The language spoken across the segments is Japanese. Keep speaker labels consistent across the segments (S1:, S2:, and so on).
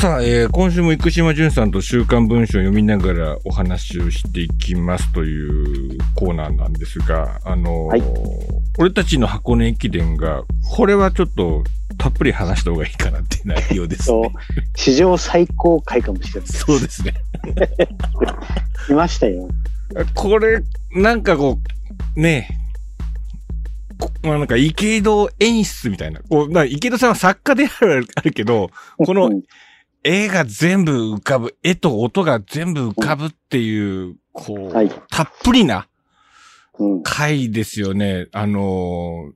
S1: さあ、えー、今週も生島淳さんと週刊文春を読みながらお話をしていきますというコーナーなんですが、あのー
S2: はい
S1: 俺たちの箱根駅伝が、これはちょっとたっぷり話した方がいいかなっていう内容です
S2: そ
S1: ね。
S2: う、史上最高回かもしれない。
S1: そうですね。
S2: 来ましたよ。
S1: これ、なんかこう、ねえ、こまあなんか池井戸演出みたいな。こうな池井戸さんは作家であるあるけど、この
S2: うん
S1: 絵が全部浮かぶ、絵と音が全部浮かぶっていう、こう、
S2: はい。
S1: たっぷりな
S2: うん。
S1: 回ですよね。あのー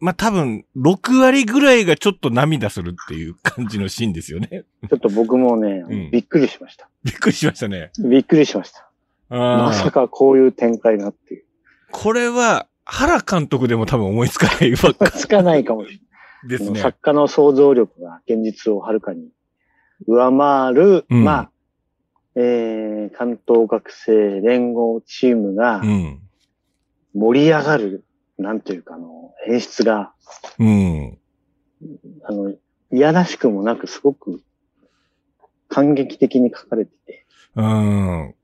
S1: まあ、多分、6割ぐらいがちょっと涙するっていう感じのシーンですよね。
S2: ちょっと僕もね、
S1: うん
S2: びっくりしました。
S1: びっくりしましたね。
S2: びっくりしました。まさ
S1: ああ。
S2: かこういう展開がっていう。
S1: これは、原監督でも多分思いつかないばっか
S2: つかないかもしれない。
S1: です
S2: もう
S1: ね。
S2: 作家の想像力が現実をはるかに上回る、
S1: うん
S2: まあ、えー、関東学生連合チームが
S1: うん。
S2: 盛り上がる、なんというか、あの、演出が、
S1: うん。
S2: あの、いやらしくもなく、すごく感激的に書かれてて、
S1: うん。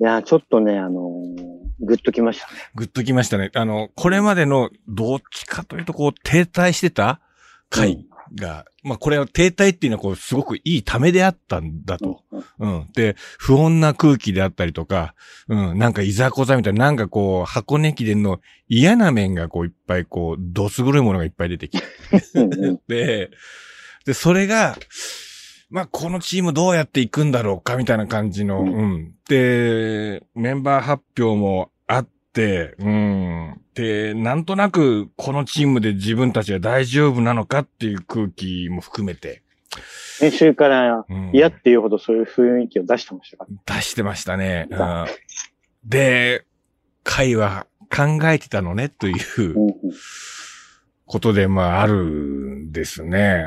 S2: いやー、ちょっとね、あのーぐっときましたね。
S1: ぐっときましたね。あの、これまでの、どっちかというと、こう、停滞してた回が、まあ、これは停滞っていうのは、こう、すごくいいためであったんだと。
S2: うん
S1: うん。で、不穏な空気であったりとか、うん、なんかいざこざみたいな、なんかこう、箱根駅伝の嫌な面がこういっぱいこう、どす黒いものがいっぱい出てき
S2: うん うん
S1: て、で、それが、まあ、このチームどうやっていくんだろうか、みたいな感じの、う、
S2: うんん
S1: で、メンバー発表もあって、うん。で、なんとなく、このチームで自分たちは大丈夫なのかっていう空気も含めて。
S2: 先週から
S1: うん
S2: 嫌っていうほどそういう雰囲気を出してましたから。
S1: 出してましたね。
S2: 出
S1: うんで、会は考えてたのねといううん
S2: うん
S1: ことで、まあ、あるんですね。う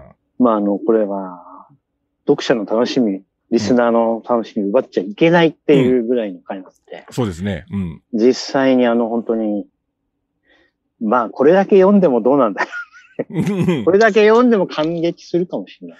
S1: ん
S2: まあ、あの、これは、読者の楽しみ、リスナーの楽しみを奪っちゃいけないっていうぐらいの回なので、
S1: そうですね。 うん。
S2: 実際にあの、本当に、まあ、これだけ読んでもど うなんだこれだけ読んでも感激するかもしれない。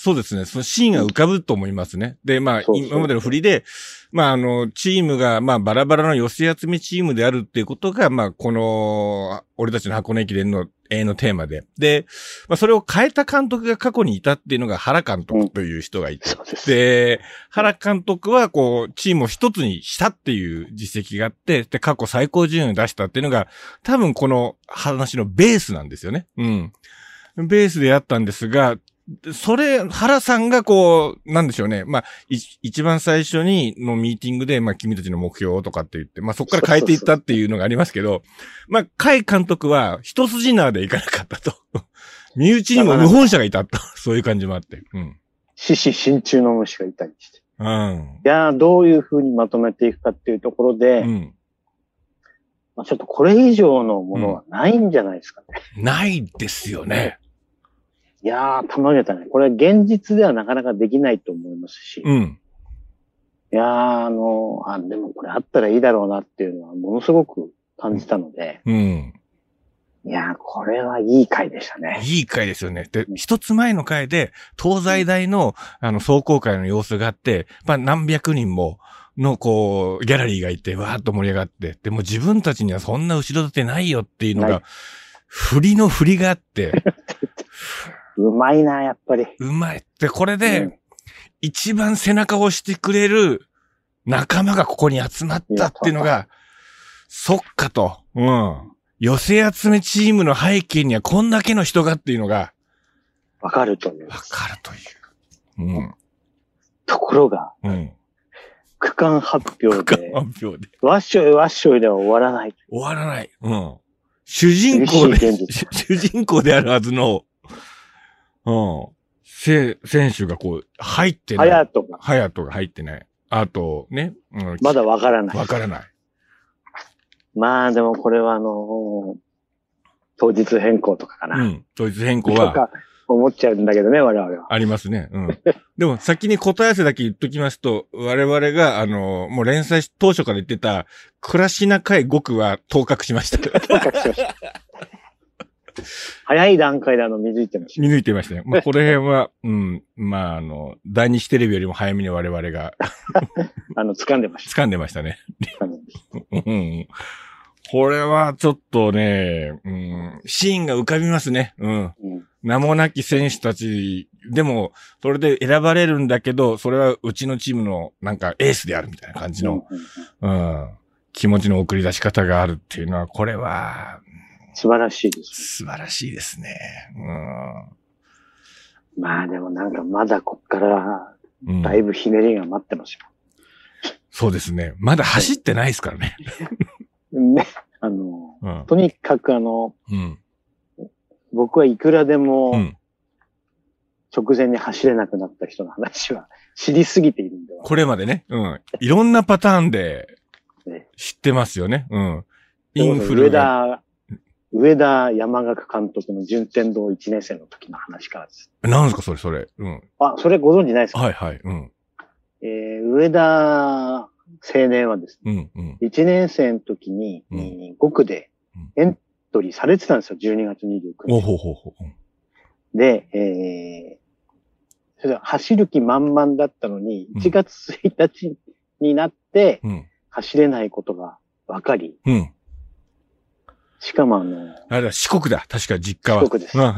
S1: そうですね。そのシーンが浮かぶと思いますね。で、まあ、
S2: そうそう
S1: 今までの振りで、まあ、あの、チームが、まあ、バラバラの寄せ集めチームであるっていうことが、まあ、この、俺たちの箱根駅伝の永遠のテーマで。で、まあ、それを変えた監督が過去にいたっていうのが原監督という人がいて、
S2: そうです。
S1: で、原監督は、こう、チームを一つにしたっていう実績があって、で、過去最高順位を出したっていうのが、多分この話のベースなんですよね。うん。ベースであったんですが、それ、原さんがこう、なんでしょうね。まあ、い一番最初にのミーティングで、まあ、君たちの目標とかって言って、まあ、そこから変えていったっていうのがありますけど、まあ、海監督は一筋縄でいかなかったと。身内にも無本者がいたと。そういう感じもあって。うん。
S2: 獅子心中の虫がいたりして。
S1: うん。
S2: いやー、どういうふうにまとめていくかっていうところで、
S1: うん。
S2: まあ、ちょっとこれ以上のものはないんじゃないですかね。
S1: ないですよね。
S2: いやー、たまげたね。これは現実ではなかなかできないと思いますし。い
S1: うん。
S2: やー、あのあ、でもこれあったらいいだろうなっていうのはものすごく感じたので、
S1: うん。
S2: いやー、これはいい回でしたね。
S1: いい回ですよね。で、一つ前の回で、東西大の、あの、壮行会の様子があって、まあ、何百人も、の、こう、ギャラリーがいて、わーっと盛り上がって、でも自分たちにはそんな後ろ盾ないよっていうの
S2: な
S1: が
S2: い、
S1: 振りの振りがあって、
S2: うまいな、やっぱり。
S1: うまい。で、これ
S2: う
S1: で、
S2: ん
S1: 一番背中を押してくれる仲間がここに集まったっていうの
S2: い
S1: が、そっかと。うん。寄せ集めチームの背景にはこんだけの人がっていうのが、
S2: わかるという
S1: わ。かるという。
S2: ところが、
S1: うん。うん。
S2: 区間発表で、
S1: 発表で。
S2: わっしょいわっしょいでは終わらない。
S1: 終わらない。うん。主人公で
S2: 厳しい現、
S1: 主人公であるはずの、うん。せ、選手がこう、入ってない。
S2: 早とが、
S1: ハヤトが入ってない。あと、ね。うん、
S2: まだわからない。
S1: わからない。
S2: まあ、でもこれはあのー当日変更とかかな。
S1: うん。統一変更
S2: と
S1: は。
S2: か思っちゃうんだけどね、我々 は。
S1: ありますね。うん。でも先に答え合わせだけ言っときますと、我々が、あの、もう連載当初から言ってた、暮らしな会5区は当確しました。
S2: 合格しました早い段階であの、見抜いてました。
S1: 見抜いてましたね。まあ、これは、うん、まあ、あの、第二次テレビよりも早めに我々が
S2: あの、掴んでまし
S1: 掴んでましたね。
S2: た。掴んでまし
S1: うん。これはちょっとね、うん、シーンが浮かびますね。うん。
S2: たうん
S1: 名もなき選手たち、でも、それで選ばれるんだけど、それはうちのチームのなんかエースであるみたいな感じの、
S2: うんうん
S1: うん、気持ちの送り出し方があるっていうのは、これは、
S2: 素晴らしいです。
S1: 素晴らしいですね。
S2: まあでもなんかまだこっから、
S1: うん。うん
S2: だいぶひねりが待ってますよ。
S1: そうですね。まだ走ってないですからね。
S2: ね、あの、
S1: うん。
S2: とにかくあの、
S1: うん。
S2: 僕はいくらで
S1: う
S2: も
S1: ん。
S2: 直前に走れなくなった人の話は知りすぎているんでは。
S1: これまでね。うん。いろんなパターンで
S2: ね
S1: 知ってますよね。うん。インフル
S2: 上
S1: が。
S2: 田、上田山岳監督の順天堂1年生の時の話からです。
S1: なんですか、それ、それ。うん。
S2: あ、それご存知ないですか、
S1: はい、はい。うん。
S2: えー、上田青年はですね、
S1: うん、うん。
S2: 1年生の時に、
S1: うん
S2: えー5区でエントリーされてたんですよ、12月29
S1: お
S2: 日。
S1: ほうほうほう。うん
S2: で、えー、それで走る気満々だったのに、
S1: うん
S2: 1月1日になって
S1: うん。
S2: 走れないことが分かり、
S1: うん。
S2: しかもあの、
S1: あれだ、四国だ。確か実家は。
S2: 四国です
S1: うん、うん、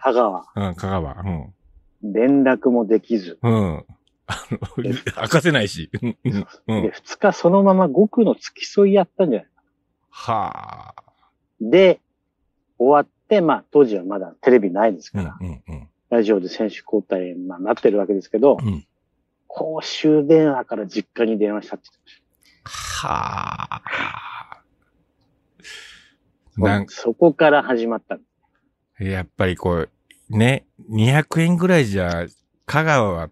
S2: 香川、
S1: うん。うん、香川。うん。
S2: 連絡もできず、
S1: うん。あの、 明かせないし。うんうん。う
S2: で、
S1: ん。
S2: 2日そのまま5区の付き添いやったんじゃない
S1: はあ。
S2: で、終わって、まあ当時はまだテレビないです
S1: う
S2: か
S1: ん、
S2: ら、
S1: うん、うん。
S2: ラジオで選手交代、まあなってるわけですけど、
S1: うん
S2: 公衆電話から実家に電話したって言ってまし
S1: はあ。
S2: た。
S1: なん
S2: そこから始まった。
S1: やっぱりこう、ね、200円ぐらいじゃ、香川 は、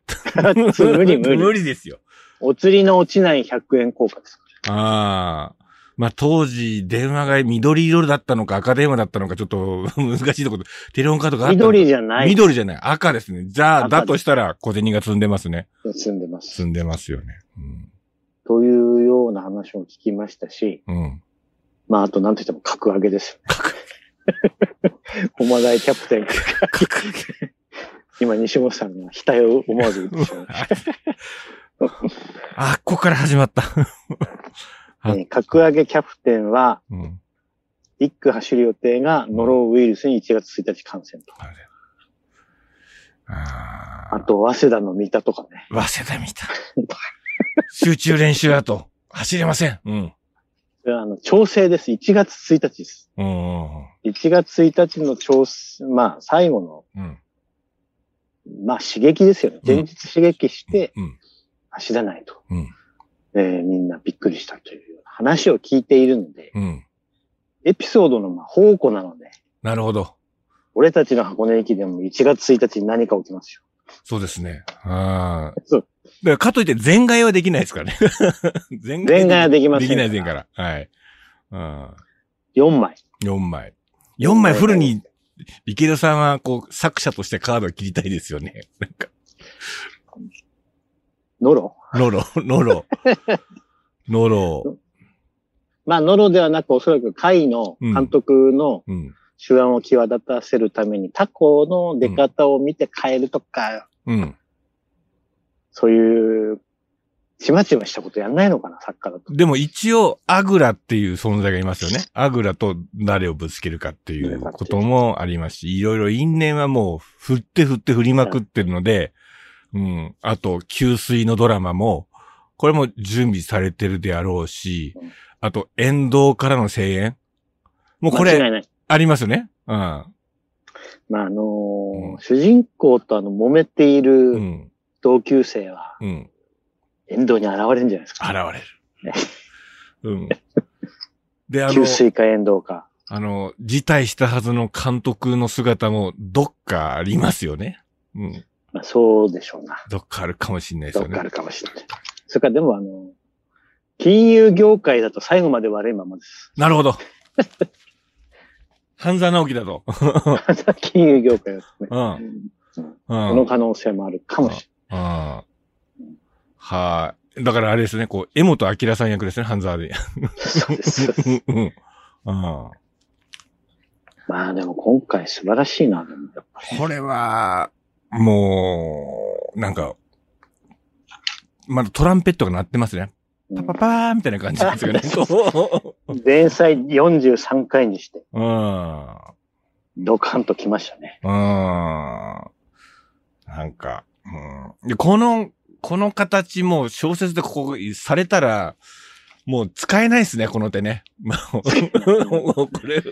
S2: 無理無理
S1: 無理ですよ。
S2: お釣りの落ちない100円硬貨です。
S1: ああ。まあ、当時、電話が緑色だったのか赤電話だったのか、ちょっと 難しいところ。テレホンカードがあったのか
S2: 緑じゃない。
S1: 緑じゃない。赤ですね。じゃあ、
S2: 赤
S1: だとしたら、小銭が積んでますね。
S2: 住んでます。
S1: 積んでますよね。うん。
S2: というような話を聞きましたし、
S1: うん。
S2: まああとなんといっても格上げです。駒大キャプテン、今西本さんが額を思わず打って しまいました
S1: あ、ここから始まった。あ
S2: えー格上げキャプテンは、
S1: うん。
S2: 一区走る予定がノロウイルスに1月1日感染と。
S1: あれ。あー
S2: あと、早稲田の三田とかね。
S1: 早稲田見た。集中練習だと、走れません。うん。
S2: それはあの、調整です。1月1日です。
S1: うんうん
S2: 1月1日の調整、まあ、最後の、
S1: うん。
S2: まあ、刺激ですよね。前日刺激して
S1: うん。
S2: 走らないと。
S1: うん。
S2: えーみんなびっくりしたという話を聞いているので、
S1: うん。
S2: エピソードのまあ宝庫なので、
S1: なるほど。
S2: 俺たちの箱根駅伝も1月1日に何か起きますよ。
S1: そうですね。ああ。
S2: そう。
S1: だからかといって全外はできないですからね。 全
S2: 前回はできませ
S1: で
S2: ん
S1: き
S2: から。
S1: ない全から。はい。うん。
S2: 4枚。
S1: 4枚。4枚フルに、池田さんは、こう、作者としてカードを切りたいですよね。なんか、
S2: ノロ
S1: ノロ、ノ ロ。ノロ。
S2: まあ、ノロではなく、おそらく会の監督の
S1: うん。
S2: 手腕を際立たせるために、他校の出方を見て変えるとか、
S1: うん。
S2: そういう、ちまちましたことやんないのかな、サッカーだと。
S1: でも一応、アグラっていう存在がいますよね。アグラと誰をぶつけるかっていうこともありますし、いろいろ因縁はもう、振って振って振りまくってるので、うん。あと、給水のドラマも、これも準備されてるであろうし
S2: うん、
S1: あと、沿道からの声援。もうこれ
S2: 間違、いない。
S1: ありますよね。うん。
S2: まあ、あのー
S1: うん
S2: 主人公とあの、揉めていうる
S1: ん。
S2: 同級生は、
S1: うん。
S2: 沿道に現れるんじゃないです
S1: 現
S2: か。
S1: れる。うん。で、あの
S2: 給、水か沿道か。
S1: あの、辞退したはずの監督の姿もどっかありますよね。うん。
S2: まあ、そうでしょうな。
S1: どっかあるかもしれないです
S2: ど
S1: よ
S2: っかあ
S1: ね
S2: る。かもしれない。それから、でもあのー金融業界だと最後まで悪いままです。
S1: なるほど。半沢直樹だと。
S2: 金融業界だとね。
S1: うん。う
S2: その
S1: ん。
S2: 可能性もあるかもし
S1: うん。はい。だからあれですね、こう、江本明 さん役ですね、半沢で。
S2: れない。そうです。そうです
S1: うん。うん。
S2: まあでも今回素晴らしいな、でもやっぱ
S1: これは、もう、なんか、まだトランペットが鳴ってますね。
S2: りう
S1: パパ
S2: ん
S1: パーンみたいな感じなんですよね。こ
S2: 前菜43回にして、
S1: う。うん。
S2: ドカンと来ましたね。
S1: うーんなんか、うん。で、この、この形もう小説でここされたら、もう使えないですね、この手ね。もうもうこれ。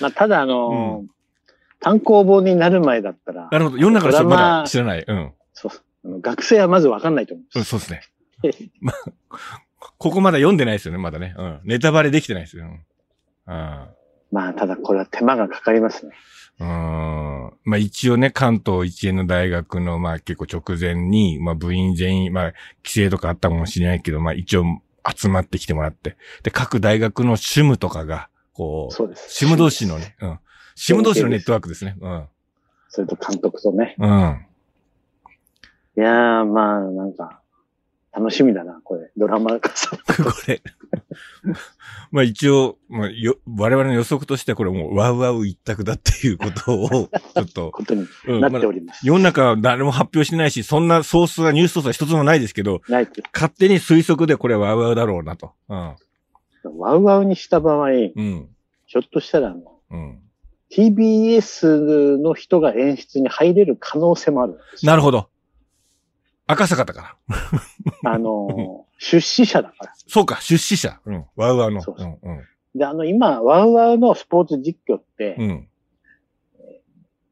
S2: まあただあのー単行本になる前だったら
S1: な、るほど。世の中の人はま
S2: ドラ
S1: だ
S2: マ
S1: 知らない。うん。
S2: そうあの学生はまずわかんないと思う
S1: うんん
S2: です。
S1: そうですね。まここまだ読んでないですよね、まだね。うん。ネタバレできてないですよ。うん。うん
S2: まあただこれは手間がかかりますね。
S1: うーんまあ一応ね、関東一円の大学の、まあ結構直前に、まあ部員全員、まあ規制とかあったかもしれないけど、まあ一応集まってきてもらって、で、各大学のシムとかが、こう、
S2: そうです。
S1: シム同士のね、うん。シム同士のネットワークですね。うん。
S2: それと監督とね。
S1: うん。
S2: いやー、まあ、なんか、楽しみだな、これ。ドラマ化さ。
S1: これ。 まあ一応、まあよ、我々の予測としてはこれもうワウワウ一択だっていうことを、ちょっと、
S2: ことに
S1: うん、
S2: な
S1: まだ
S2: っております。
S1: 世の中は誰も発表してないし、そんなソースが、ニュースソースは一つもないですけど、
S2: ないって。
S1: 勝手に推測でこれはワウワウだろうなと。うん。
S2: ワウワウにした場合、ひ
S1: うん。
S2: ょっとしたらあの、
S1: うん。
S2: TBS の人が演出に入れる可能性もあるんですよ
S1: なるほど。赤坂だから。
S2: あのー、出資者だから。
S1: そうか、出資者。うん。ワウワウの。
S2: そう
S1: う
S2: そ
S1: ん。うん。
S2: で、あの、今、ワウワウのスポーツ実況って、
S1: うん。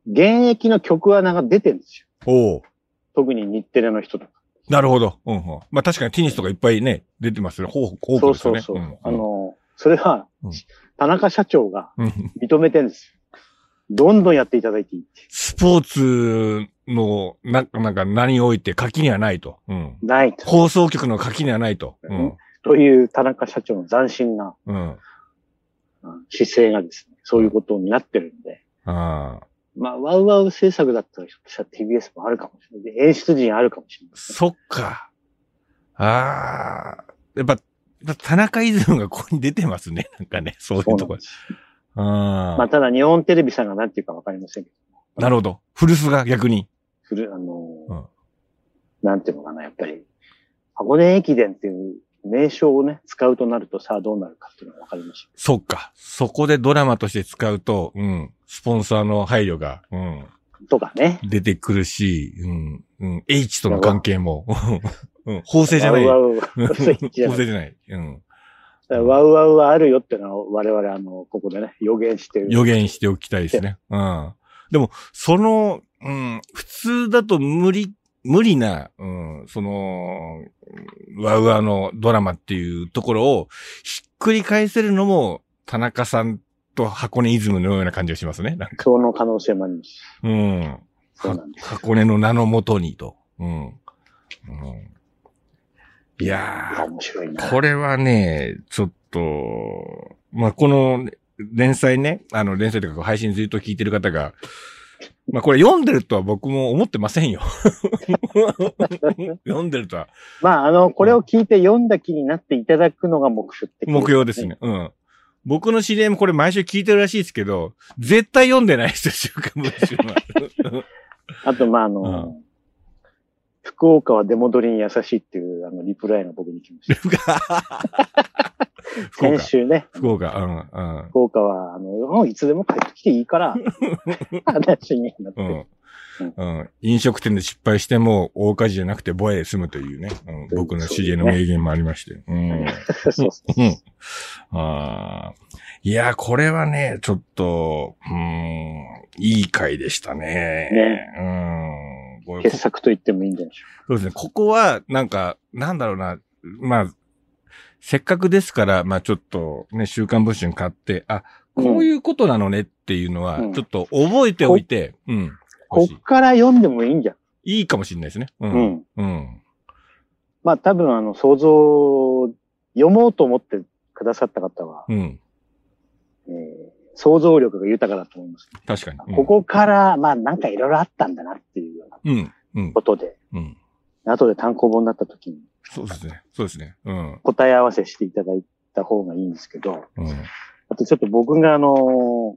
S2: 現役の曲穴が出てるんですよ。
S1: おお。
S2: 特に日テレの人とか。
S1: なるほど。うんうん。まあ確かにテニスとかいっぱいね、出てますよね。ほう、多く
S2: そう
S1: ですよ
S2: そう
S1: ね。
S2: そう。
S1: ん
S2: あ、のー、それは、
S1: うん
S2: 田中社長が
S1: うん。
S2: 認めてるんですよ。どんどんやっていただいていいって。
S1: スポーツの、な、なんか何において垣にはないと。うん。
S2: ないと。
S1: 放送局の垣にはないと。うん。
S2: という田中社長の斬新な
S1: うん。
S2: うん姿勢がですね、そういうことになってるんで、
S1: ああ。
S2: まあ、ワウワウ制作だったら、ひょっとしたら TBS もあるかもしれない。で演出陣あるかもしれない。
S1: そっか。ああ。やっぱ、やっぱ田中イズムがここに出てますね。 なんかね、そういう
S2: そうな
S1: と
S2: ん
S1: ころ
S2: で。す。
S1: あ
S2: まあ、ただ日本テレビさんが何て言うかわかりませんけど、
S1: あ。なるほど。古巣が逆に。
S2: する、あのー
S1: うん
S2: なんていうのかな、やっぱり、箱根駅伝っていう名称をね、使うとなると、さあどうなるかっていうのがわかりまし
S1: そっか。そこでドラマとして使うと、うん。スポンサーの配慮が、うん。
S2: た。とかね、
S1: 出てくるし、うん。うん。H との関係も、 うん。法制じゃ
S2: ワ
S1: な
S2: ウ
S1: い。
S2: ワ
S1: 法
S2: ウは、
S1: 制
S2: そう言っち
S1: じ
S2: ゃう
S1: ゃない。うん。
S2: ワウワウはあるよっていうのは、我々、あの、ここでね、予言してる。
S1: 予言しておきたいですね。うん。でも、その、うん、普通だと無理、無理な、うん、その、うんワウワウのドラマっていうところをひっくり返せるのも、田中さんと箱根イズムのような感じがしますね。なんか
S2: その可能性もあります。
S1: うん。
S2: そうなんです。
S1: 箱根の名のもとにと。うん。うん、いやー、
S2: 面白いな。
S1: これはね、ちょっと、まあ、この連載ね、あの連載というか配信ずっと聞いてる方が、まあ、これ読んでるとは僕も思ってませんよ。 読んでるとは
S2: まあ、あの、これを聞いて読んだ気になっていただくのが目標って、
S1: 目標です。ね。うん。僕の知り合いもこれ毎週聞いてるらしいですけど、絶対読んでないですよ、週刊文春は。
S2: あと、まあ、あの、
S1: う
S2: 福岡は出戻りに優しいっていう、あの、リプライの僕に来ました。
S1: 福
S2: 先
S1: 岡。
S2: 週ね、
S1: 福岡、うん、うん。
S2: 福岡は、あの、もういつでも帰ってきてい いから、話になって、
S1: うん。うん。飲食店で失敗しても、大火事じゃなくて、ボヤで済むというね、うん、僕の知り合いの名言もありまして。うん。
S2: そうそうそう
S1: うん。ああ。いや、これはね、ちょっと、うーん、いい回でしたね。うん。これ
S2: 傑
S1: こ
S2: 作と言ってもいいんじゃないでしょ
S1: そうですね。ここは、なんか、なんだろうな、まあ、せっかくですから、まあちょっと、ね、週刊文春買って、あ、
S2: うん
S1: こういうことなのねっていうのは、
S2: うん
S1: ちょっと覚えておいて、うん。欲
S2: うか。
S1: し
S2: こっから読んでもいいんじゃん。
S1: い。いいかもしれないですね。う。
S2: うんん。
S1: うん。
S2: まあ、多分、あの、想像、読もうと思ってくださった方は、
S1: うん。
S2: えー想像力が豊かだと思います。
S1: 確かに。うん
S2: ここから、まあなんかいろいろあったんだなっていうような
S1: うん。うん
S2: こ。とで、
S1: うん。
S2: 後で単行本になった時に
S1: そうですね。そうですね。うん。
S2: 答え合わせしていただいた方がいいんですけど、
S1: うん。
S2: あとちょっと僕があのー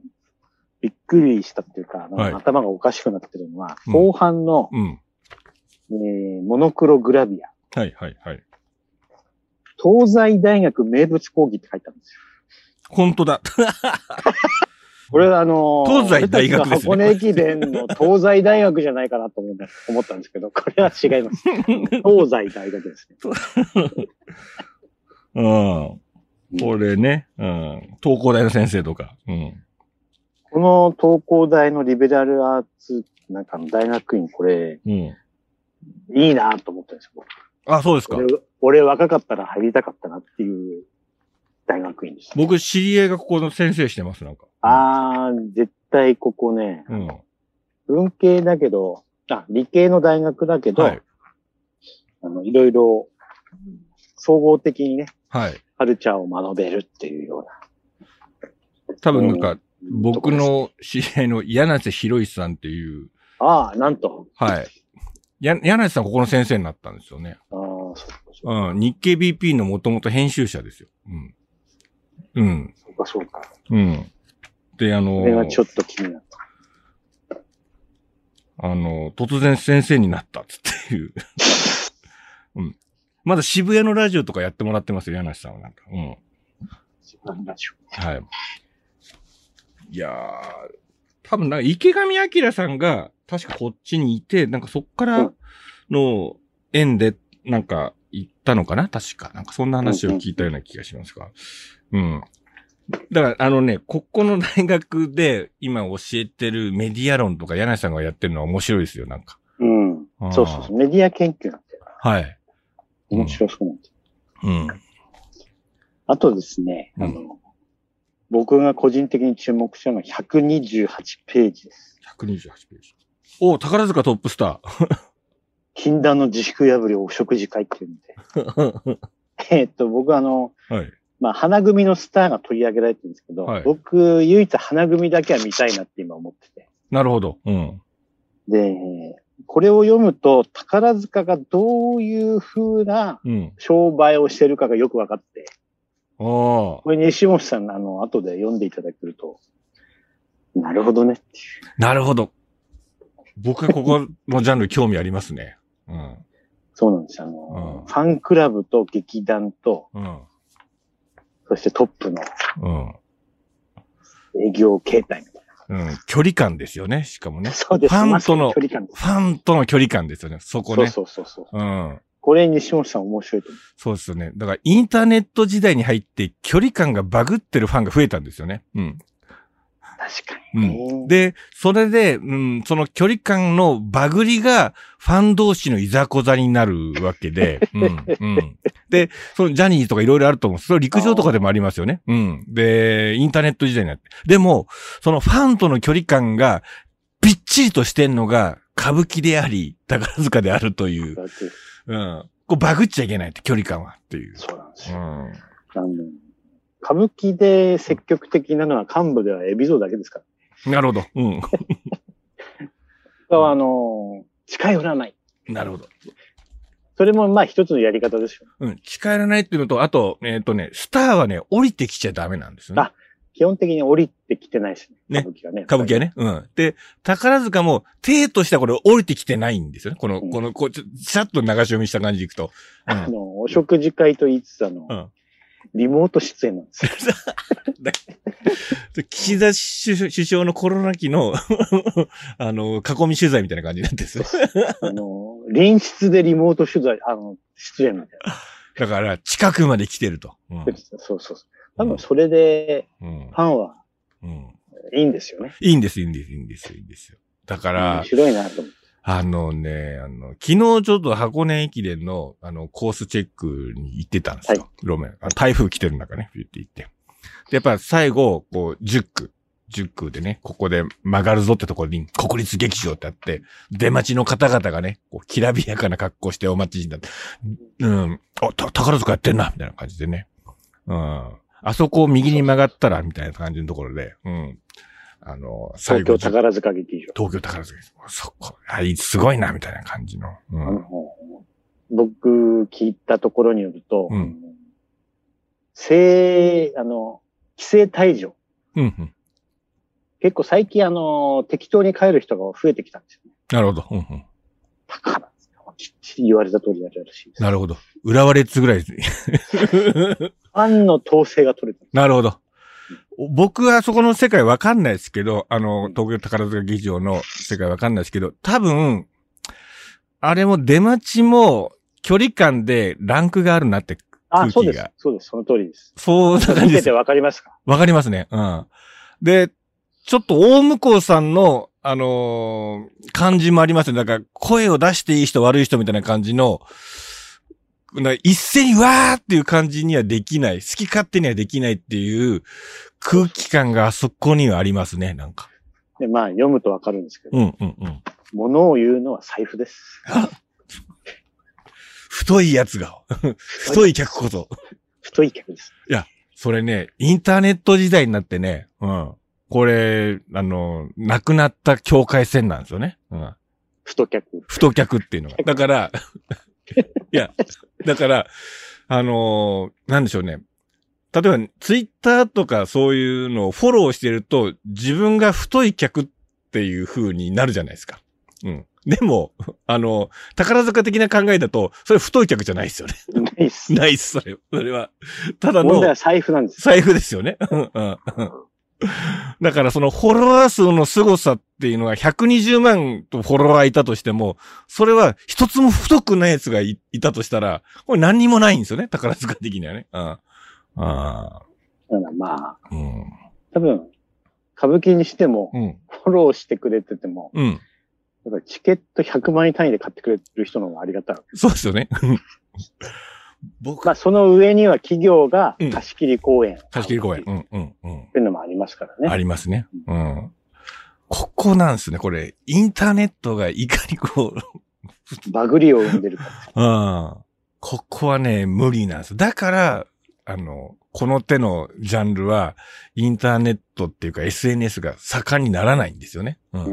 S2: びっくりしたっていうか、あの
S1: はい
S2: 頭がおかしくなってるのは、
S1: うん
S2: 後半の、
S1: うん。
S2: えーモノクログラビア、
S1: はいはいはい。
S2: 東西大学名物講義って書いてあるんですよ。
S1: 本当だ。
S2: これはあのー
S1: 東西大学ですね
S2: 俺たちが箱根駅伝の東西大学じゃないかなと思うんだ思ったんですけど、これは違 います。東西大学ですね。
S1: うん。これね、うん。東工大の先生とか。うん。
S2: この東工大のリベラルアーツ、なんかの大学院、これ、
S1: うん。
S2: いいなと思ったんですよ。僕
S1: あ、そうですか。
S2: 俺、俺若かったら入りたかったなっていう大学院でした。
S1: 僕、知り合いがここの先生してます、なんか。
S2: あー、絶対ここね、
S1: うん。
S2: 文系だけど、あ、理系の大学だけど、
S1: はい。
S2: あの、いろいろ、総合的にね、
S1: はい。
S2: カルチャーを学べるっていうような。
S1: 多分なんか、
S2: うん
S1: 僕、の知り合いの柳瀬博一さんっていう、
S2: ああ、なんと。
S1: はい。や、柳瀬さんここの先生になったんですよね。
S2: ああ、そうか、そうか
S1: うん。日経 BP のもともと編集者ですよ。うん。うん。
S2: そうか、そうか。
S1: うん。で、あの
S2: これはちょっと気になった。
S1: あの、突然先生になったっていう。 うん。まだ渋谷のラジオとかやってもらってますよ、柳瀬さんはなんか。うん。
S2: 自分ラジオ
S1: はい。いやー、多分なんか池上彰さんが、確かこっちにいて、なんかそっか
S2: う
S1: ら
S2: ん
S1: の縁で、なんか行ったのかな確か。なんかそんな話を聞いたような気がしますが。うん。だから、あのね、ここの大学で今教えてるメディア論とか柳井さんがやってるのは面白いですよ、なんか。
S2: うん。
S1: あー
S2: そうそうそう。メディア研究なんて。
S1: はい。
S2: 面白そうなんて。
S1: うん。
S2: あとですね、
S1: うん
S2: あの、僕が個人的に注目したのは128ページです。
S1: 128ページ。お宝塚トップスタ
S2: 禁断の自粛破りお食事会っていうので。
S1: ー。
S2: えーっと、僕あの、
S1: はい。
S2: まあ、花組のスターが取り上げられてるんですけど、
S1: はい
S2: 僕、唯一花組だけは見たいなって今思ってて。
S1: なるほど。うん。
S2: で、これを読むと、宝塚がどういう風な
S1: うん。
S2: 商売をしてるかがよく分かって、
S1: ああ。
S2: これ西本さんのあの、後で読んでいただけると、なるほどねっていう。
S1: なるほど。僕はここのジャンル興味ありますね。うん。
S2: そうなんですよ。あ
S1: う
S2: の、
S1: ん
S2: ファンクラブと劇団と、
S1: うん。
S2: そしてトップの
S1: うん。
S2: 営業形態みたい
S1: うん。距離感ですよね。しかもね
S2: な。。そうです。
S1: ファンとの
S2: まさに距離感です。
S1: ファンとの距離感ですよね。そこね。
S2: そうそうそう
S1: う
S2: そう。
S1: ん。
S2: これ西本さん面白いと思う。
S1: そうですよね。だからインターネット時代に入って距離感がバグってるファンが増えたんですよね。うん。
S2: 確か
S1: う
S2: にね。
S1: ん。で、それで、うん、その距離感のバグりがファン同士のいざこざになるわけ で、うん、うん。で、そのジャニーズとかいろいろあると思うんです。それは陸上とかでもありますよね。うん。で、インターネット時代になって。でも、そのファンとの距離感がびっちりとしてんのが歌舞伎であり、宝塚であるという。
S2: だって
S1: うん。こうバグっちゃいけないって距離感はっていう。
S2: そうなんです
S1: う
S2: よ。
S1: ん。
S2: あの歌舞伎で積極的なのは幹部では海老蔵だけですから。
S1: なるほど。うん。
S2: 他はあのー、近寄らない。
S1: なるほど。
S2: それもまあ一つのやり方ですよ。
S1: うん。近寄らないっていうのと、あと、えっ、とね、スターはね、降りてきちゃダメなんですよね。
S2: あ基本的に降りてきてないです
S1: ね
S2: ね。歌舞伎はね。
S1: 歌舞伎は
S2: ね。
S1: ね。うん。で、宝塚も、手としたこれ降りてきてないんですよね。この、
S2: うん
S1: この、こう、ちょ、ちゃっと流し読みした感じでいくと。う
S2: あ
S1: ん。
S2: の、お食事会と言いつつあの、
S1: うん
S2: リモート出演な んですよ。
S1: で岸田首首相のコロナ期の、 あの、囲み取材みたいな感じになってるん ですよ。
S2: あの、隣室でリモート取材、あの、出演みたい
S1: だから、近くまで来てると。うん
S2: な。。そうそうそう。多分それで
S1: うん。
S2: ファンは
S1: うん。
S2: いいんですよね。
S1: いいんです、いいんです、いいんです、いいんですよ。だから
S2: 面、白いなと思って。
S1: あのね、あの、昨日ちょっと箱根駅伝の、あの、コースチェックに行ってたんですよ。
S2: は
S1: 路面。あ台風来てる中ね、ピュって行って。で、やっぱ最後、こう、10区。10区でね、ここで曲がるぞってところに、国立劇場ってあって、出待ちの方々がね、こう、きらびやかな格好してお待ちになって、うん、あ、た宝塚やってんな、みたいな感じでね。うん。あそこを右に曲がったら、みたいな感じのところで、うん。あの、
S2: 東京宝塚劇場。
S1: 東京宝塚です。そこ、あいすごいな、みたいな感じの。う
S2: あ
S1: ん。
S2: の僕聞いたところによると、
S1: うん
S2: せいあの、規制退場
S1: うん、うん。
S2: 結構最近あの、適当に帰る人が増えてきたんですよね。
S1: なるほど。うんうん。
S2: だから、きっちり言われた通りになるらしいです。
S1: なるほど。浦和レッズぐらい。
S2: ファンの統制が取れた。
S1: なるほど。僕はそこの世界わかんないですけど、あの、東京宝塚劇場の世界わかんないですけど、多分、あれも出待ちも距離感でランクがあるなって空
S2: あ、そう
S1: 気
S2: です
S1: が。。
S2: そうです。その通りです。
S1: そうな感
S2: 見
S1: じで
S2: て
S1: す
S2: て。わかりますか
S1: わかりますね。うん。で、ちょっと大向こうさんの、あのー感じもありますね。なんか、声を出していい人悪い人みたいな感じの、なんか一斉にわーっていう感じにはできない。好き勝手にはできないっていう空気感があそこにはありますね、なんか。
S2: で、まあ、読むとわかるんですけど、
S1: うんうんうん。
S2: 物を言うのは財布です。
S1: 太いやつが、 太い客こそ。
S2: 太い客です。
S1: それね、インターネット時代になってね、うん。これ、あの、亡くなった境界線なんですよね。うん。
S2: 太客。
S1: 太客っていうのが。 だから、いや、だから、あのーなんでしょうね。例えば、ツイッターとかそういうのをフォローしてると、自分が太い客っていう風になるじゃないですか。うん。でも、あの、宝塚的な考えだと、それ太い客じゃないですよね。
S2: ないっす。
S1: ないっす、それ。それは。ただ
S2: 問題は
S1: の
S2: 財布なんです。
S1: 財布ですよね。 うんうんうんだからそのフォロワー数の凄さっていうのが120万とフォロワーいたとしても、それは一つも太くないやつがいいたとしたら、これ何にもないんですよね。宝塚的にはね。うん。ああ
S2: だからまあ、
S1: ー。うん。
S2: 多分、歌舞伎にしても、
S1: うん。
S2: フォローしてくれてても、
S1: うん。
S2: やっぱりチケット100万円単位で買ってくれる人の方がありがたい。
S1: そうですよね。僕
S2: まあ、その上には企業が
S1: うん
S2: 貸し切り公演。
S1: 貸し切り公演。
S2: っ
S1: うんうんうん。
S2: ていうのもありますからね。
S1: ありますね。うん。ここなんですね。これ、インターネットがいかにこう、
S2: バグリを生んで るから。
S1: うん。ここはね、無理なんです。だから、あの、この手のジャンルは、インターネットっていうか SNS が盛んにならないんですよね。う
S2: うんん。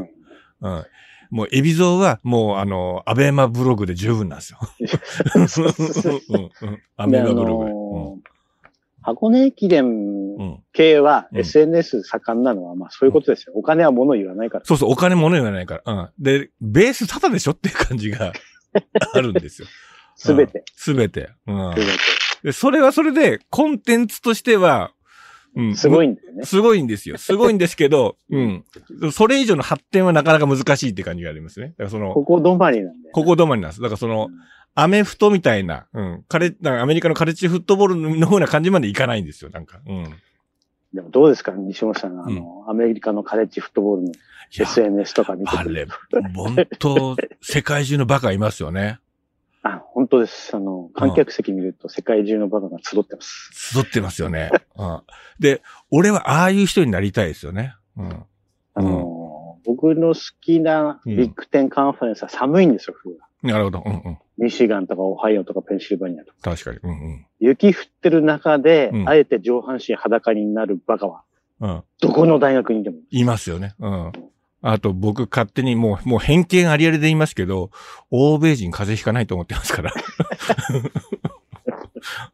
S1: うん。もう、エビゾーは、もう、あの、アベマブログで十分なん ですよ。
S2: そうそうそう
S1: うんうんア
S2: で
S1: ベ
S2: あ
S1: マ
S2: の
S1: ブログ。
S2: ー箱根駅伝
S1: うんうん
S2: 系は
S1: うん
S2: SNS 盛んなのは、まあそういうことですよ。お金は物言わないから。
S1: そうそう、お金物言わないから。うん。で、ベースタダでしょっていう感じが あるんですよ。
S2: すべて。
S1: すべて。うん
S2: す。べ
S1: でそれはそれで、コンテンツとしては、うん。
S2: て。すごいんだよね。
S1: すごいんですよ。すごいんですけど、うん。それ以上の発展はなかなか難しいって感じがありますね。だからその、
S2: ここ止まりなんで。
S1: ここ止まりなんです。だからその、アメフトみたいな、うん。カレッなんかアメリカのカレッジフットボールのような感じまでいかないんですよ、なんか。うん。い
S2: でもどうですか、西本さん。あの、アメリカのカレッジフットボールの
S1: や
S2: SNS とか見て
S1: あ
S2: て
S1: れ、本当世界中のバカいますよね。
S2: あ、本当です。あの、観客席見ると世界中のバカが集ってます。
S1: 集ってますよね。うん。で、俺はああいう人になりたいですよね。うん。
S2: あのー、僕の好きなビッグテンカンファレンスは寒いんですよ、冬は。
S1: なるほど。うんうん。
S2: ミシガンとかオハイオとかペンシルバニアとか。
S1: 確かに。うん
S2: 雪降ってる中で、
S1: うん
S2: あえて上半身裸になるバカは、
S1: うん。うん。
S2: どこの大学にでも。
S1: いますよね。うん。あと僕勝手にもう、もう偏見ありありで言いますけど、欧米人風邪ひかないと思ってますから。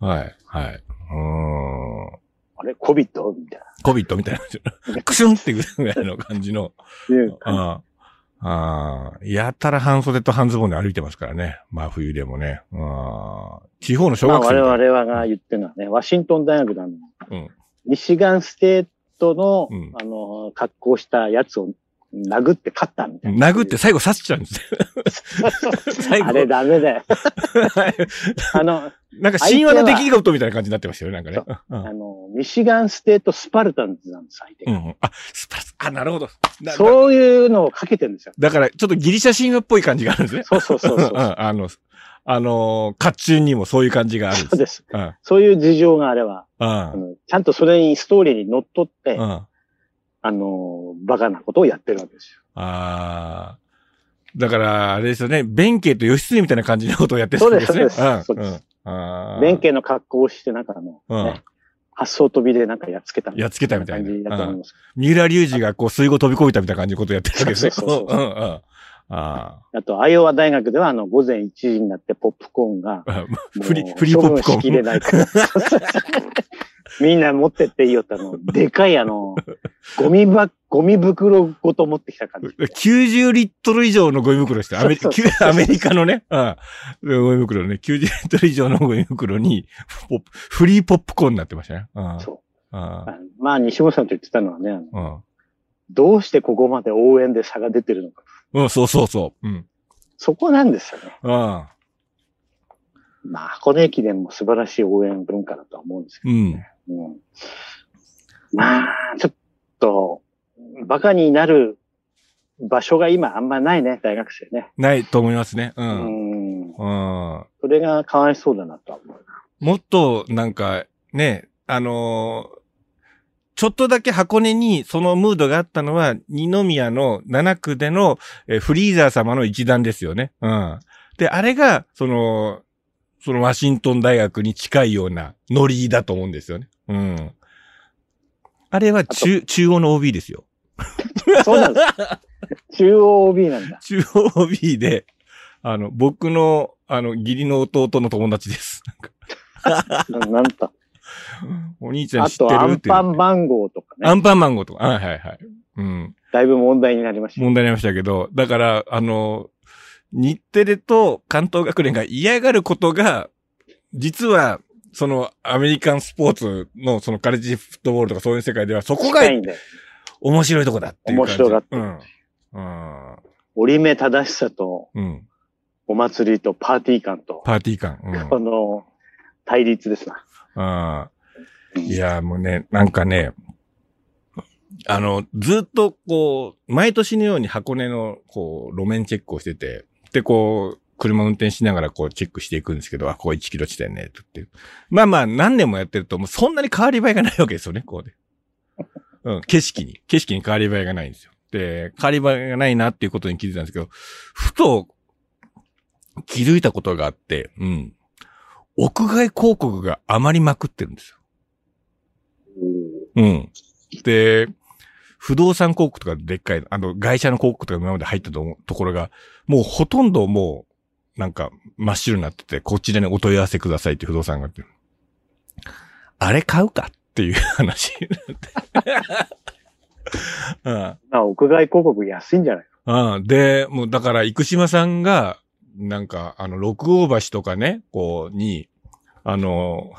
S1: はい、はい。うーん。
S2: あれコビットみたい
S1: コビットみたいな、クシュンってぐらいの感じの。
S2: な。いう
S1: う
S2: 感じ
S1: んあーやたら半袖と半ズボンで歩いてますからね。真冬でもね。うん地方の小
S2: まあ、
S1: 学生みたいな。
S2: 我々が言ってるのはね、ワシントン大学だの、
S1: うん
S2: ミシガンステートの、
S1: うん
S2: あのー、格好したやつを殴って勝ったみたいな。
S1: 殴って最後刺しちゃうんです よ。最後
S2: あれダメだよ。あの、
S1: なんか神話の出来事みたいな感じになってましたよね。なんかね。うん
S2: あの、ミシガンステートスパルタンズなんです、相手
S1: う
S2: が。
S1: んうん。あ、スパラス、あ、なるほど。なだ
S2: そういうのをかけてるんですよ。
S1: だから、ちょっとギリシャ神話っぽい感じがあるんですね。
S2: そうそうそう
S1: ん
S2: そう。
S1: あの、あのー、甲冑にもそういう感じがあるんで
S2: そう
S1: す。
S2: です。
S1: うん。
S2: そういう事情があれば、あ
S1: う
S2: のちゃんとそれにストーリーに乗っ取って、
S1: ん。うん。
S2: あの、バカなことをやってるわけですよ。
S1: あーだから、あれですよね。弁慶と義経みたいな感じのことをやってる
S2: そ
S1: ん
S2: う
S1: で
S2: です
S1: すね。ん
S2: そうですそうです
S1: うん。あー
S2: 弁。慶の格好をして、なんかあの、
S1: うん
S2: ね発想飛びでなんかやっつけたみたいな。
S1: やっつけたみたいな
S2: 感じだと思います。
S1: 三浦隆二がこう、水後飛び越えたみたいな感じのことをやってるわけですね。
S2: そうそうそう
S1: うんうん。あ
S2: あと、アイオワ大学では、あの、午前1時になってポップコーンが、
S1: あ。
S2: も う
S1: フリフリポップコーン
S2: 処分しきれないから。 みんな持ってっていいよって、あの、でかいあの、ゴミば、ゴミ袋ごと持ってきた感じ。
S1: 90リットル以上のゴミ袋して、アメリ
S2: そう
S1: きゅアメリカのね、ああゴミ袋ね、90リットル以上のゴミ袋に、ポップフリーポップコーンになってましたね。ああ
S2: そう。
S1: あ
S2: あのまあ、西本さんと言ってたのはね、あの
S1: あうん
S2: どうしてここまで応援で差が出てるのか。
S1: うん、そうそうそう。うん。
S2: そこなんですよね。
S1: ああ
S2: まあ、箱根駅伝も素晴らしい応援文化だとは思うんですけ
S1: うん。
S2: ど、うんまあ、ちょっと、バカになる場所が今あんまないね、大学生ね。
S1: ないと思いますね。う。
S2: うんん。
S1: うん。
S2: それがかわいそうだなとは思う。
S1: もっと、なんか、ね、あのーちょっとだけ箱根にそのムードがあったのは、二宮の七区での、えーフリーザー様の一団ですよね。うん。で、あれが、その、そのワシントン大学に近いようなノリだと思うんですよね。うん。あれは中、中央の OB ですよ。
S2: そうなんです。中央 OB なんだ。
S1: 中央 OB で、あの、僕の、あの、義理の弟の友達です。
S2: ななんと。
S1: お兄ちゃん
S2: あ
S1: 知ってる
S2: と、アン
S1: っていう
S2: パンマンゴーとか
S1: ア
S2: ね。
S1: ンパンマンゴーとか。はいはいはい。うん。
S2: だいぶ問題になりました。
S1: 問題になりましたけど、だから、あの、日テレと関東学連が嫌がることが、実は、そのアメリカンスポーツのそのカレッジフットボールとかそういう世界ではそこが
S2: 近いんだよ。
S1: 面白いとこだっていう感じ。
S2: 面白がって
S1: う
S2: る
S1: ん。うん。
S2: 折り目正しさと、
S1: うん。
S2: お祭りとパーティー感と、
S1: パーティー感。うん。
S2: この対立ですな。
S1: ああ。いや、もうね、なんかね、あの、ずっとこう、毎年のように箱根のこう、路面チェックをしてて、で、こう、車運転しながらこうチェックしていくんですけど、あ、ここ1キロ地点ね、とって。まあまあ、何年もやってると、もうそんなに変わり映えがないわけですよね、こうで。うん、景色に。景色に変わり映えがないんですよ。で、変わり映えがないなっていうことに気づいたんですけど、ふと気づいたことがあって、うん。屋外広告が余りまくってるんですよ。うん。で、不動産広告とかでっかい、あの、外車の広告とか今まで入ったと思うところが、もうほとんどもう、なんか、真っ白になってて、こちらにお問い合わせくださいって不動産があって。あれ買うかっていう話になって。
S2: まあ、屋外広告安いんじゃない
S1: うん。うん。で、もうだから、生島さんが、なんか、あの、六王橋とかね、こう、に、あの、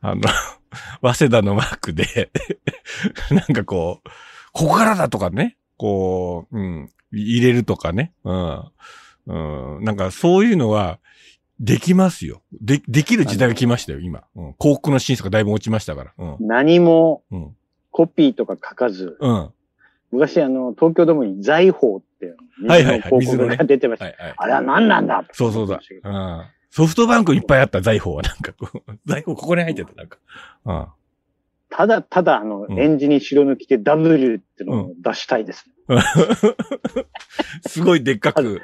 S1: あの、 早稲田のマークで、 なんかこう、ここからだとかね、こう、うん、入れるとかね、うん、うん、なんかそういうのは、できますよ。で、できる時代が来ましたよ、今。うん、広告の審査がだいぶ落ちましたから。うん、
S2: 何も
S1: うん、
S2: コピーとか書かず、
S1: うん。は
S2: 昔あの、東京ドームに財宝っていう
S1: はいはいはい
S2: 水の広告が出てまし
S1: い、は
S2: た。
S1: い。
S2: あれは何なんだ
S1: そうそうだ。うん。ソフトバンクいっぱいあった、財宝はなんかこう、 財宝ここに入ってた、なんか。うん。
S2: ただただあの、
S1: うん
S2: エンジに白抜きで W ってのを出したいです。
S1: すごいでっかく、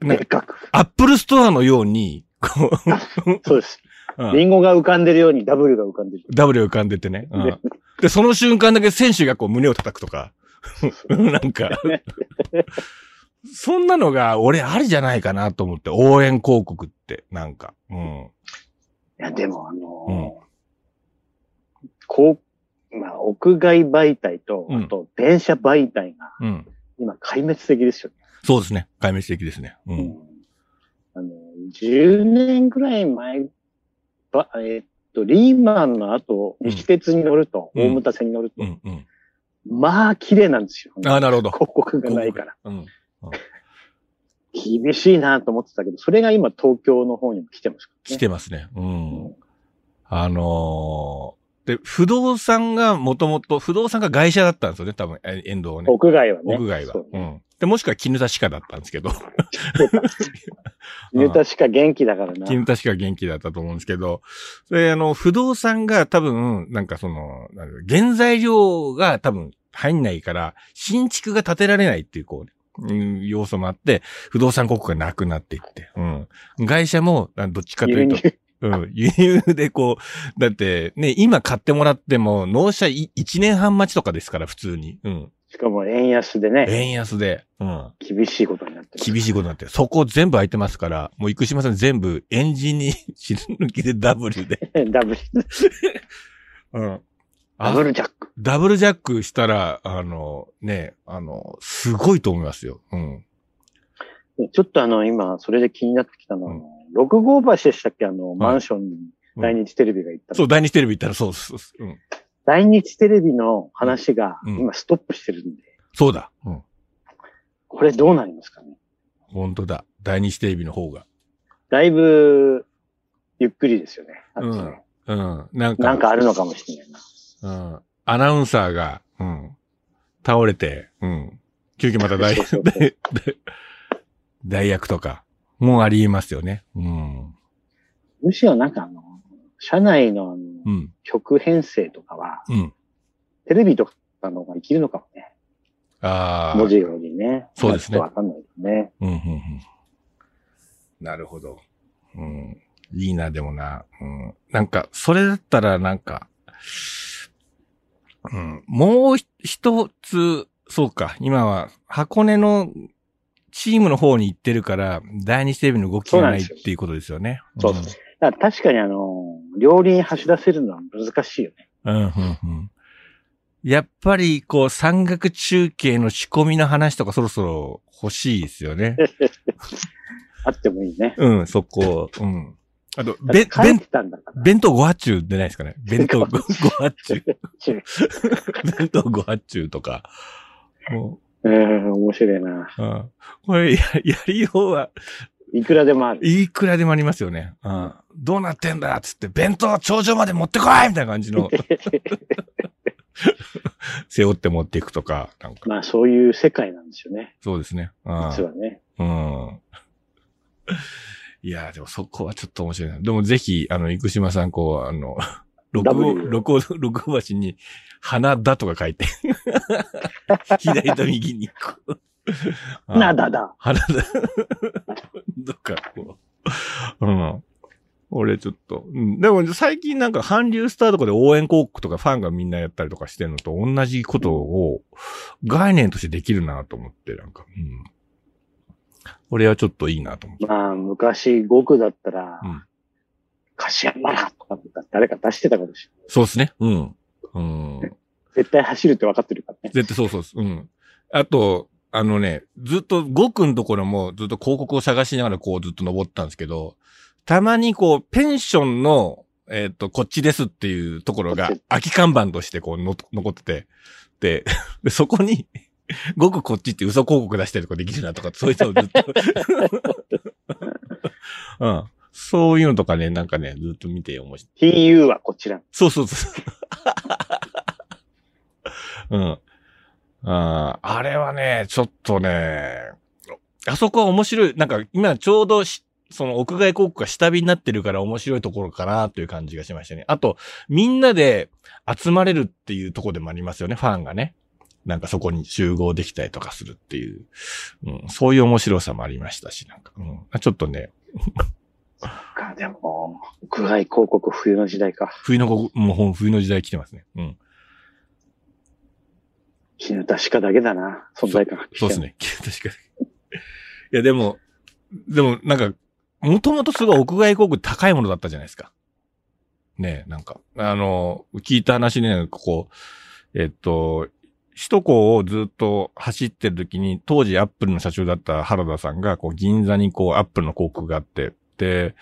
S1: なん
S2: で
S1: か
S2: っ、かく。
S1: アップルストアのように、こう、
S2: そうです。
S1: うん
S2: リンゴが浮かんでるように W が浮かんでる。
S1: W 浮かんでてね。うん
S2: で
S1: で、その瞬間だけ選手がこう胸を叩くとか。 なんか、そんなのが俺ありじゃないかなと思って、応援広告って、なんか。うん。
S2: いや、でもあのーこう、まあ、屋外媒体と、
S1: うん
S2: あと、電車媒体が、
S1: うん。
S2: 今、壊滅的ですよ
S1: そうですね。解明的ですね。う
S2: ね。
S1: ん。
S2: あの、10年ぐらい前、ばえっと、リーマンの後、
S1: うん
S2: 西鉄に乗ると、
S1: うん
S2: 大牟田線に乗ると、
S1: うん。うん。
S2: まあ、綺麗なんですよ。
S1: ああ、なるほど。
S2: 広告がないから。
S1: うん。
S2: 厳しいなと思ってたけど、それが今、東京の方にも来てますから
S1: 来
S2: ね。
S1: てますね。うん。あのーで、不動産がもともと、不動産が外車だったんですよね、多分、え遠藤はね。
S2: 屋外はね。
S1: 屋外は。
S2: そう
S1: う
S2: ね。
S1: ん。で、もしくは絹田鹿だったんですけど。
S2: ユータしか元気だからな。
S1: 金確か元気だったと思うんですけど、で、あの、不動産が多分、なんかその、なんだろう原材料が多分入んないから、新築が建てられないっていう、こう、うん、要素もあって、不動産国庫がなくなっていって、うん。外社も、あどっちかと
S2: 輸
S1: いうと
S2: 入、
S1: うん、輸入でこう、だってね、今買ってもらっても、納車い1年半待ちとかですから、普通に。うん。
S2: しかも円安でね、
S1: 円安で。うん。
S2: 厳しいことになってる
S1: 厳しいことになってる。そこ全部空いてますから、もう生島さん全部、エンジンに死ぬ抜きで W で。
S2: ダブル、
S1: うん。
S2: ダブルジャック。
S1: ダブルジャックしたら、あの、ね、あの、すごいと思いますよ。うん。
S2: ちょっとあの、今、それで気になってきたのは、
S1: うん
S2: 六号橋でしたっけあの、マンションに
S1: うん
S2: 来日テレビが行ったの、
S1: そう、第二テレビ行ったらそうです。そうですうん。
S2: 来日テレビの話が
S1: うん
S2: 今ストップしてるんで、
S1: そうだ。うん。
S2: これどうなりますかね
S1: 本当だ。第二テレビの方が。
S2: だいぶ、ゆっくりですよね。あっちね
S1: うん。なんか、
S2: なんかあるのかもしれないな。
S1: うん。アナウンサーが、うん。倒れて、うん。急遽また大、
S2: そうそうそう
S1: 大大大役とか、もうありえますよね。うん。
S2: むしろなんかあの、社内の
S1: う
S2: あの
S1: ん。
S2: 曲編成とかは、
S1: うん。
S2: テレビとかの方が生きるのかもね。
S1: ああ。
S2: 文字よりね。
S1: そうですね
S2: まあちょっとわかんないけどね。
S1: うん、うん、うん。なるほど。うん。いいな、でもな。うん。なんか、それだったら、なんか、うん。もうひ一つ、そうか。今は、箱根のチームの方に行ってるから、第二テレビの動きがない
S2: そうなんですよ
S1: っていうことですよね。
S2: そうそうだから確かにあの、両輪走らせるのは難しいよね。
S1: うん、うん、うん。やっぱり、こう、山岳中継の仕込みの話とかそろそろ欲しいですよね。
S2: あってもいいね。
S1: うん、そこ。うん。あと、
S2: だっ
S1: べ、
S2: て帰
S1: べ
S2: っ
S1: ん
S2: てたんだから。
S1: 弁当ご発注出ないですかね弁当ごご発注。弁当ご発注とか。も
S2: うん、面白いな。
S1: う、うん。これや、やりようは、
S2: いくらでもある。
S1: いくらでもありますよね。うん。どうなってんだっつって、弁当頂上まで持ってこいみたいな感じの、背負って持っていくとか、なんか、
S2: まあそういう世界なんですよね。
S1: そうですね。う
S2: 実
S1: ん。
S2: はね。
S1: うん。 いやー、でもそこはちょっと面白いな。でもぜひ、あの、生島さん、こう、あの、 六号、
S2: W
S1: 六号、六号橋に、花だとか書いて。 左と右に、こう。あ
S2: なだ。だ。
S1: 花だ。 どっか、こう。うん。俺ちょっと、うん。でも最近なんか韓流スターとかで応援広告とかファンがみんなやったりとかしてるのと同じことを概念としてできるなと思って、なんか、うん。俺はちょっといいなと思って。
S2: まあ昔5区だったら
S1: うん、
S2: 柏原とか誰か出してたかもしれない。
S1: そうですね。うん。うん。
S2: 絶対走るって分かってるからね。
S1: 絶対そうそうです。うん。あと、あのね、ずっと、ごくんところもずっと広告を探しながらこうずっと登ったんですけど、たまにこう、ペンションの、えっ、と、こっちですっていうところが
S2: こっち、
S1: 空き看板としてこうの、残ってて、で、 でそこに、ごくこっちって嘘広告出したりとかできるなとか、そういうのをずっと。うん。そういうのとかね、なんかね、ずっと見て面白い。
S2: TU はこちら。
S1: そうそうそう。うん。あーあれはね、ちょっとね、あそこは面白い。なんか今ちょうどし、その屋外広告が下火になってるから面白いところかなという感じがしましたね。あと、みんなで集まれるっていうところでもありますよね、ファンがね。なんかそこに集合できたりとかするっていう。うん、そういう面白さもありましたし、なんか、うん、あちょっとね、
S2: か、でも、屋外広告冬の時代か。
S1: 冬のこ、もうほん冬の時代来てますね。うん。
S2: 日向鹿だけだな。存在感発揮
S1: そうですね。 確かに。いや、でも、でも、なんか、もともとすごい屋外広告高いものだったじゃないですか。ねえ、なんか、あの、聞いた話でね、ここ、えっと、首都高をずっと走ってる時に、当時アップルの社長だった原田さんが、こう、銀座にこう、アップルの広告があって、で、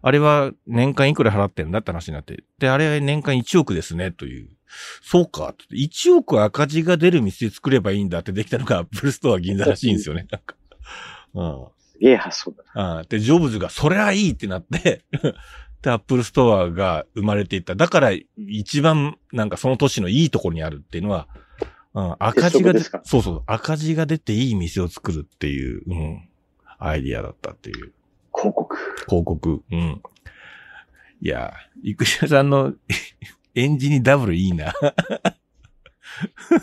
S1: あれは年間いくら払ってんだって話になって、で、あれは年間1億ですね、という。そうか。1億赤字が出る店作ればいいんだってできたのがアップルストア銀座らしいんですよね。なんか。うん。
S2: すげえ発想だな。
S1: あで、ジョブズが、それはいいってなって、 で、アップルストアが生まれていった。だから、一番、なんかその都市のいいところにあるっていうのは、うん、赤字が出
S2: 鉄則ですか
S1: そうそう、赤字が出ていい店を作るっていう、うん、アイディアだったっていう。
S2: 広告。
S1: 広告。うん。いや、生島さんの エンジにダブルいいな。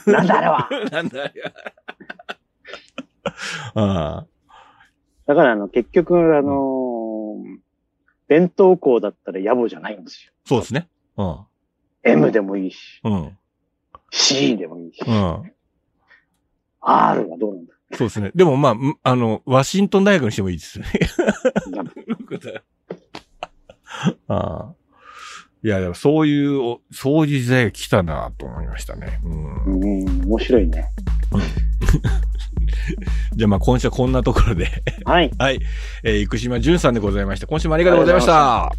S2: なんだあれは。
S1: なんだ よ。あ
S2: だから、あの、結局、あのー弁当校だったら野暮じゃないんですよ。
S1: そうですね。うん。
S2: M でもいいし、
S1: うん。
S2: C でもいいし、
S1: うん。
S2: R はどうなんだ
S1: そうですね。でもまあむ、あの、ワシントン大学にしてもいいですね。
S2: なんか
S1: ああ。いや、でもそういうお、そういう時代が来たなと思いましたね。う。
S2: うんん、面白いね。
S1: じゃあまあ今週はこんなところで、
S2: はい。
S1: はい。えー、生島淳さんでございました。今週もありがとうございまし
S2: ありがとうござ
S1: た。
S2: い